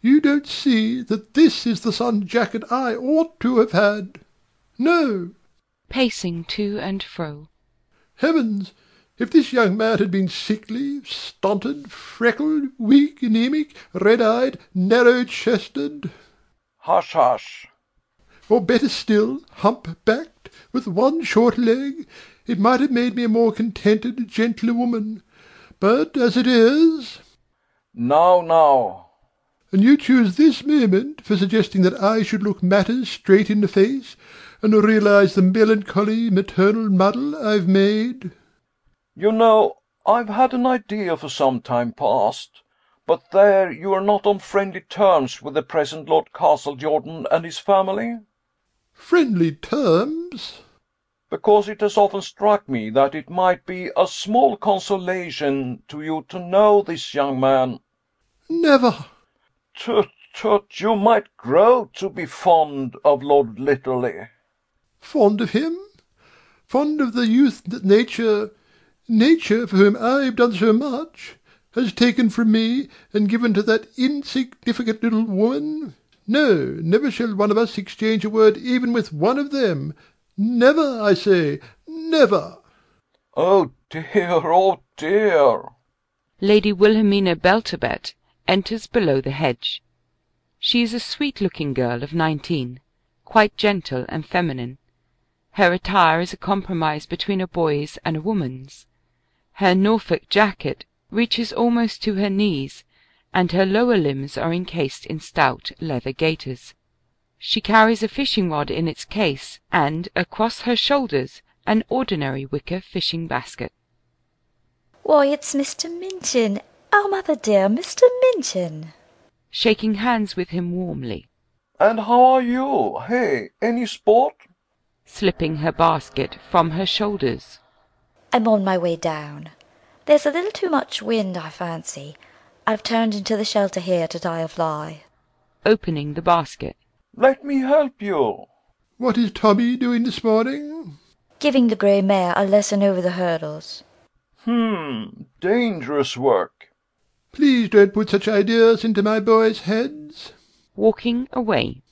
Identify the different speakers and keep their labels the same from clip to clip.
Speaker 1: You don't see that this is the sun jacket I ought to have had. No.
Speaker 2: pacing to and fro.
Speaker 1: Heavens! If this young man had been sickly, stunted, freckled, weak, anemic, red-eyed, narrow-chested,
Speaker 3: Hush, hush.
Speaker 1: or better still, hump-backed, with one short leg, it might have made me a more contented, gentler woman. But as it is,
Speaker 3: Now, now.
Speaker 1: and you choose this moment for suggesting that I should look matters straight in the face and realise the melancholy maternal muddle I've made.
Speaker 3: You know, I've had an idea for some time past. But there, you are not on friendly terms with the present Lord Castlejordan and his family?
Speaker 1: Friendly terms?
Speaker 3: Because it has often struck me that it might be a small consolation to you to know this young man.
Speaker 1: Never.
Speaker 3: Tut, tut, you might grow to be fond of Lord Litterly.
Speaker 1: Fond of him? Fond of the youth that nature, nature for whom I've done so much, has taken from me and given to that insignificant little woman? No, never shall one of us exchange a word even with one of them. Never, I say, never.
Speaker 3: Oh dear, oh dear.
Speaker 2: Lady Wilhelmina Belturbet enters below the hedge. She is a sweet-looking girl of nineteen, quite gentle and feminine. Her attire is a compromise between a boy's and a woman's. Her Norfolk jacket reaches almost to her knees, and her lower limbs are encased in stout leather gaiters. She carries a fishing rod in its case, and, across her shoulders, an ordinary wicker fishing basket.
Speaker 4: Why, it's Mr. Minchin. Oh, mother dear, Mr. Minchin.
Speaker 2: shaking hands with him warmly,
Speaker 3: And how are you? Hey, any sport?
Speaker 2: slipping her basket from her shoulders.
Speaker 4: I'm on my way down. There's a little too much wind, I fancy. I've turned into the shelter here to die a fly.
Speaker 2: opening the basket,
Speaker 3: Let me help you.
Speaker 1: What is Tommy doing this morning?
Speaker 4: Giving the grey mare a lesson over the hurdles.
Speaker 3: Hmm, dangerous work.
Speaker 1: Please don't put such ideas into my boys' heads.
Speaker 2: walking away.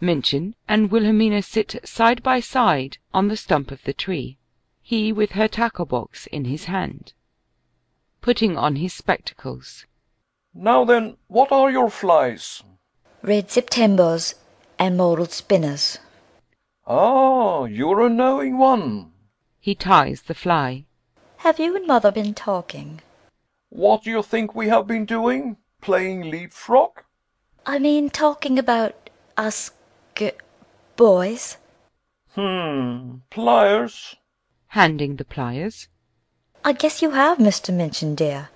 Speaker 2: Minchin and Wilhelmina sit side by side on the stump of the tree, he with her tackle-box in his hand, putting on his spectacles,
Speaker 3: Now then, what are your flies?
Speaker 4: Red Septembers and mottled spinners.
Speaker 3: Ah, you're a knowing one.
Speaker 2: he ties the fly,
Speaker 4: Have you and mother been talking?
Speaker 3: What do you think we have been doing? Playing leapfrog?
Speaker 4: I mean, talking about us g- boys.
Speaker 3: Hmm, pliers.
Speaker 2: handing the pliers,
Speaker 4: I guess you have, Mr. Minchin, dear.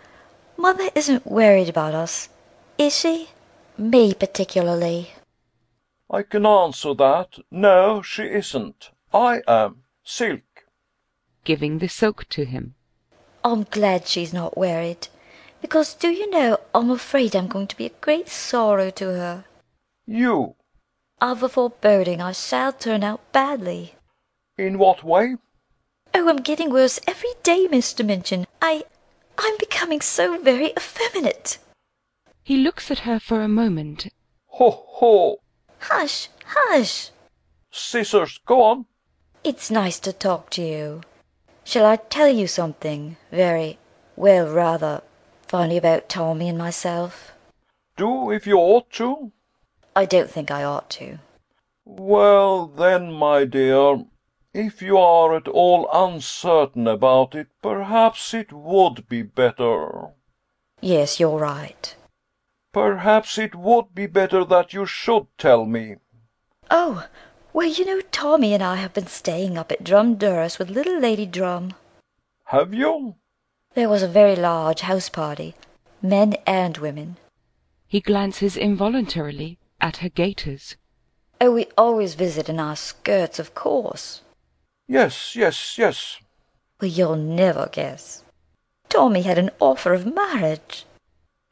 Speaker 4: Mother isn't worried about us, is she? Me particularly.
Speaker 3: I can answer that. No, she isn't. I am. Silk.
Speaker 2: giving the silk to him,
Speaker 4: I'm glad she's not worried. Because, do you know, I'm afraid I'm going to be a great sorrow to her.
Speaker 3: You.
Speaker 4: I've a foreboding I shall turn out badly.
Speaker 3: In what way?
Speaker 4: Oh, I'm getting worse every day, Mr. Minchin. I. I'm becoming so very effeminate.
Speaker 2: he looks at her for a moment,
Speaker 3: Ho, ho.
Speaker 4: Hush, hush.
Speaker 3: Scissors, go on.
Speaker 4: It's nice to talk to you. Shall I tell you something very, well, rather funny about Tommy and myself?
Speaker 3: Do if you ought to.
Speaker 4: I don't think I ought to.
Speaker 3: Well, then, my dear, if you are at all uncertain about it, perhaps it would be better.
Speaker 4: Yes, you're right.
Speaker 3: Perhaps it would be better that you should tell me.
Speaker 4: Oh, well, you know, Tommy and I have been staying up at Drumdurris with little Lady Drum.
Speaker 3: Have you?
Speaker 4: There was a very large house party, men and women.
Speaker 2: He glances involuntarily at her gaiters.
Speaker 4: Oh, we always visit in our skirts, of course.
Speaker 3: Yes, yes, yes.
Speaker 4: Well, you'll never guess. Tommy had an offer of marriage.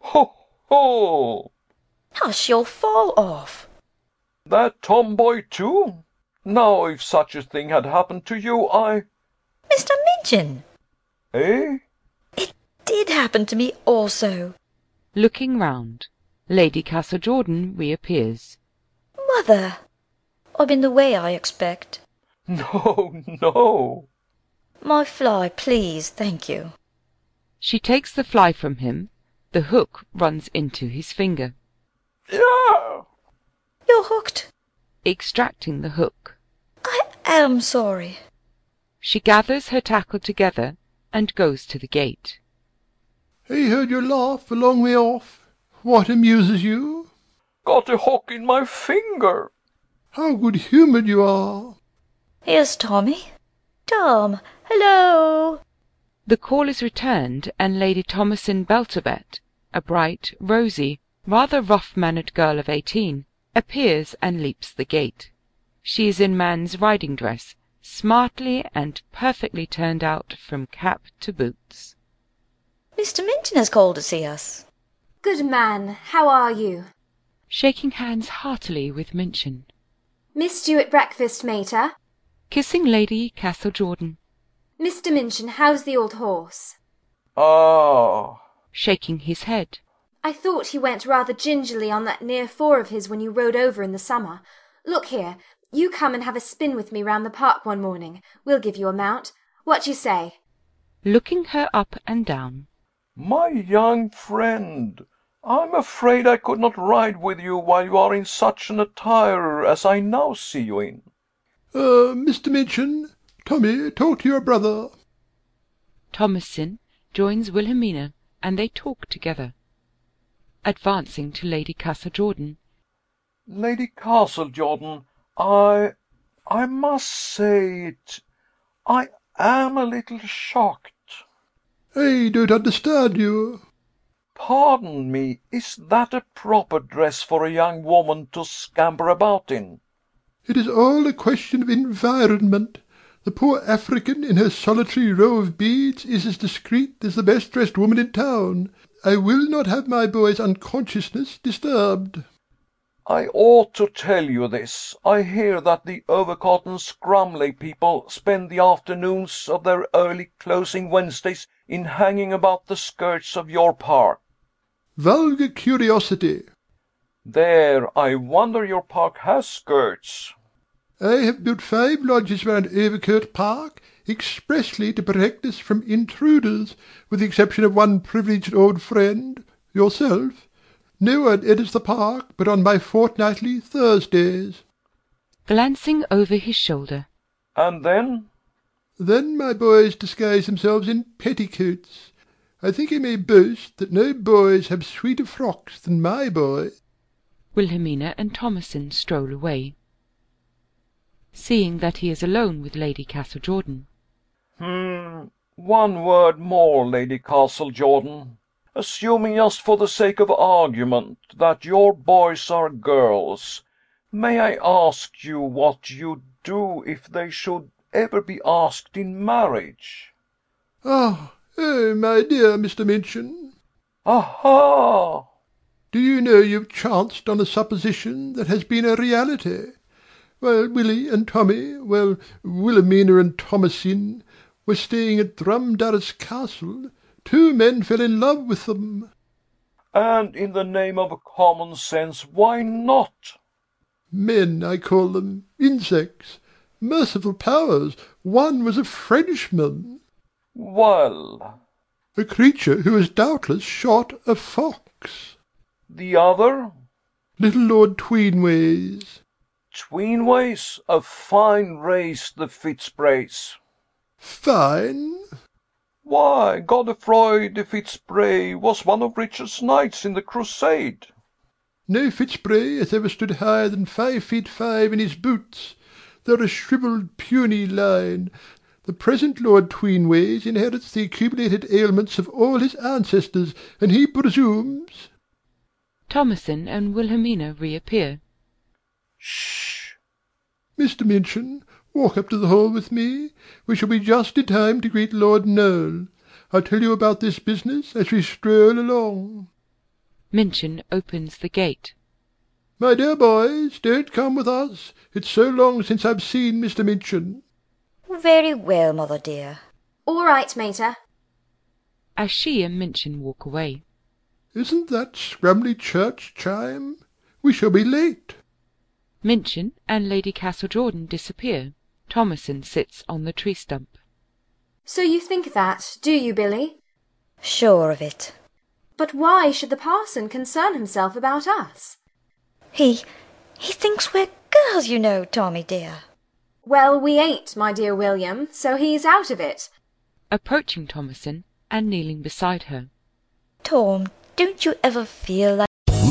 Speaker 3: Ho, ho!
Speaker 4: Hush, you'll fall off.
Speaker 3: That tomboy, too? Now, if such a thing had happened to you, I.
Speaker 4: Mr. Minchin,
Speaker 3: Eh?
Speaker 4: it did happen to me also.
Speaker 2: Looking round, Lady Castle Jordan reappears.
Speaker 4: Mother! I'm in the way, I expect.
Speaker 3: No, no.
Speaker 4: My fly, please, thank you.
Speaker 2: She takes the fly from him. The hook runs into his finger.
Speaker 3: Yeah.
Speaker 4: You're hooked.
Speaker 2: Extracting the hook,
Speaker 4: I am sorry.
Speaker 2: she gathers her tackle together and goes to the gate.
Speaker 1: I heard your laugh a long way off. What amuses you?
Speaker 3: Got a hook in my finger.
Speaker 1: How good-humoured you are!
Speaker 4: Here's Tommy. Tom, hello!
Speaker 2: The call is returned, and Lady Thomasin Belturbet, a bright, rosy, rather rough-mannered girl of eighteen, appears and leaps the gate. She is in man's riding dress, smartly and perfectly turned out from cap to boots.
Speaker 4: Mr. Minton has called to see us.
Speaker 5: Good man, how are you?
Speaker 2: Shaking hands heartily with Minchin,
Speaker 5: Missed you at breakfast, mater.
Speaker 2: kissing Lady Castle Jordan,
Speaker 5: Mr. Minchin, how's the old horse?
Speaker 3: Ah.
Speaker 2: shaking his head,
Speaker 5: I thought he went rather gingerly on that near four of his when you rode over in the summer. Look here, you come and have a spin with me round the park one morning. We'll give you a mount. What do you say?
Speaker 2: looking her up and down,
Speaker 3: My young friend, I'm afraid I could not ride with you while you are in such an attire as I now see you in.
Speaker 1: Uh, Mr. Minchin, Tommy, talk to your brother.
Speaker 2: Thomasin joins Wilhelmina, and they talk together. Advancing to Lady Casa Jordan,
Speaker 3: Lady Castle Jordan, I I must say it I am a little shocked.
Speaker 1: I don't understand you.
Speaker 3: Pardon me, is that a proper dress for a young woman to scamper about in?
Speaker 1: It is all a question of environment. The poor African in her solitary row of beads is as discreet as the best-dressed woman in town. I will not have my boy's unconsciousness disturbed.
Speaker 3: I ought to tell you this. I hear that the Overcott and Scrumley people spend the afternoons of their early closing Wednesdays in hanging about the skirts of your park.
Speaker 1: Vulgar curiosity.
Speaker 3: There, I wonder your park has skirts.
Speaker 1: I have built five lodges round Overcote Park expressly to protect us from intruders, with the exception of one privileged old friend, yourself. No one enters the park but on my fortnightly Thursdays.
Speaker 2: glancing over his shoulder,
Speaker 3: And then?
Speaker 1: Then my boys disguise themselves in petticoats. I think I may boast that no boys have sweeter frocks than my boy.
Speaker 2: Wilhelmina and Thomasin stroll away. Seeing that he is alone with Lady Castle Jordan,
Speaker 3: Hmm, one word more, Lady Castle Jordan. Assuming just for the sake of argument that your boys are girls, may I ask you what you'd do if they should ever be asked in marriage?
Speaker 1: Ah, oh, my dear Mr. Minchin,
Speaker 3: Aha!
Speaker 1: Do you know you've chanced on a supposition that has been a reality? While Willie and Tommy, well, Wilhelmina and Thomasin, were staying at Drumdarras Castle, two men fell in love with them.
Speaker 3: And in the name of common sense, why not?
Speaker 1: Men, I call them, insects. Merciful powers, one was a Frenchman,
Speaker 3: Well,
Speaker 1: a creature who has doubtless shot a fox.
Speaker 3: the other?
Speaker 1: Little Lord Tweenways.
Speaker 3: Tweenways, a fine race, the Fitzbrays.
Speaker 1: Fine.
Speaker 3: Why, Godefroy de Fitzbray was one of Richard's knights in the Crusade.
Speaker 1: No Fitzbray hath ever stood higher than five feet five in his boots. They're a shrivelled, puny line. The present Lord Tweenwayes inherits the accumulated ailments of all his ancestors, and he presumes
Speaker 2: Thomason and Wilhelmina reappear.
Speaker 3: Shh!
Speaker 1: Mr. Minchin, walk up to the hall with me. We shall be just in time to greet Lord Noel. I'll tell you about this business as we stroll along.
Speaker 2: Minchin opens the gate.
Speaker 1: My dear boys, don't come with us. It's so long since I've seen Mr. Minchin.
Speaker 4: Very well, mother dear.
Speaker 5: All right, Mater.
Speaker 2: As she and Minchin walk away,
Speaker 1: Isn't that Scrumley church chime? We shall be late.
Speaker 2: Minchin and Lady Castle Jordan disappear. Thomason sits on the tree stump.
Speaker 5: So you think that, do you, Billy?
Speaker 4: Sure of it.
Speaker 5: But why should the parson concern himself about us?
Speaker 4: He he thinks we're girls, you know, Tommy dear.
Speaker 5: Well, we ain't, my dear William, so he's out of it.
Speaker 2: Approaching Thomason and kneeling beside her.
Speaker 4: Tom, don't you ever feel like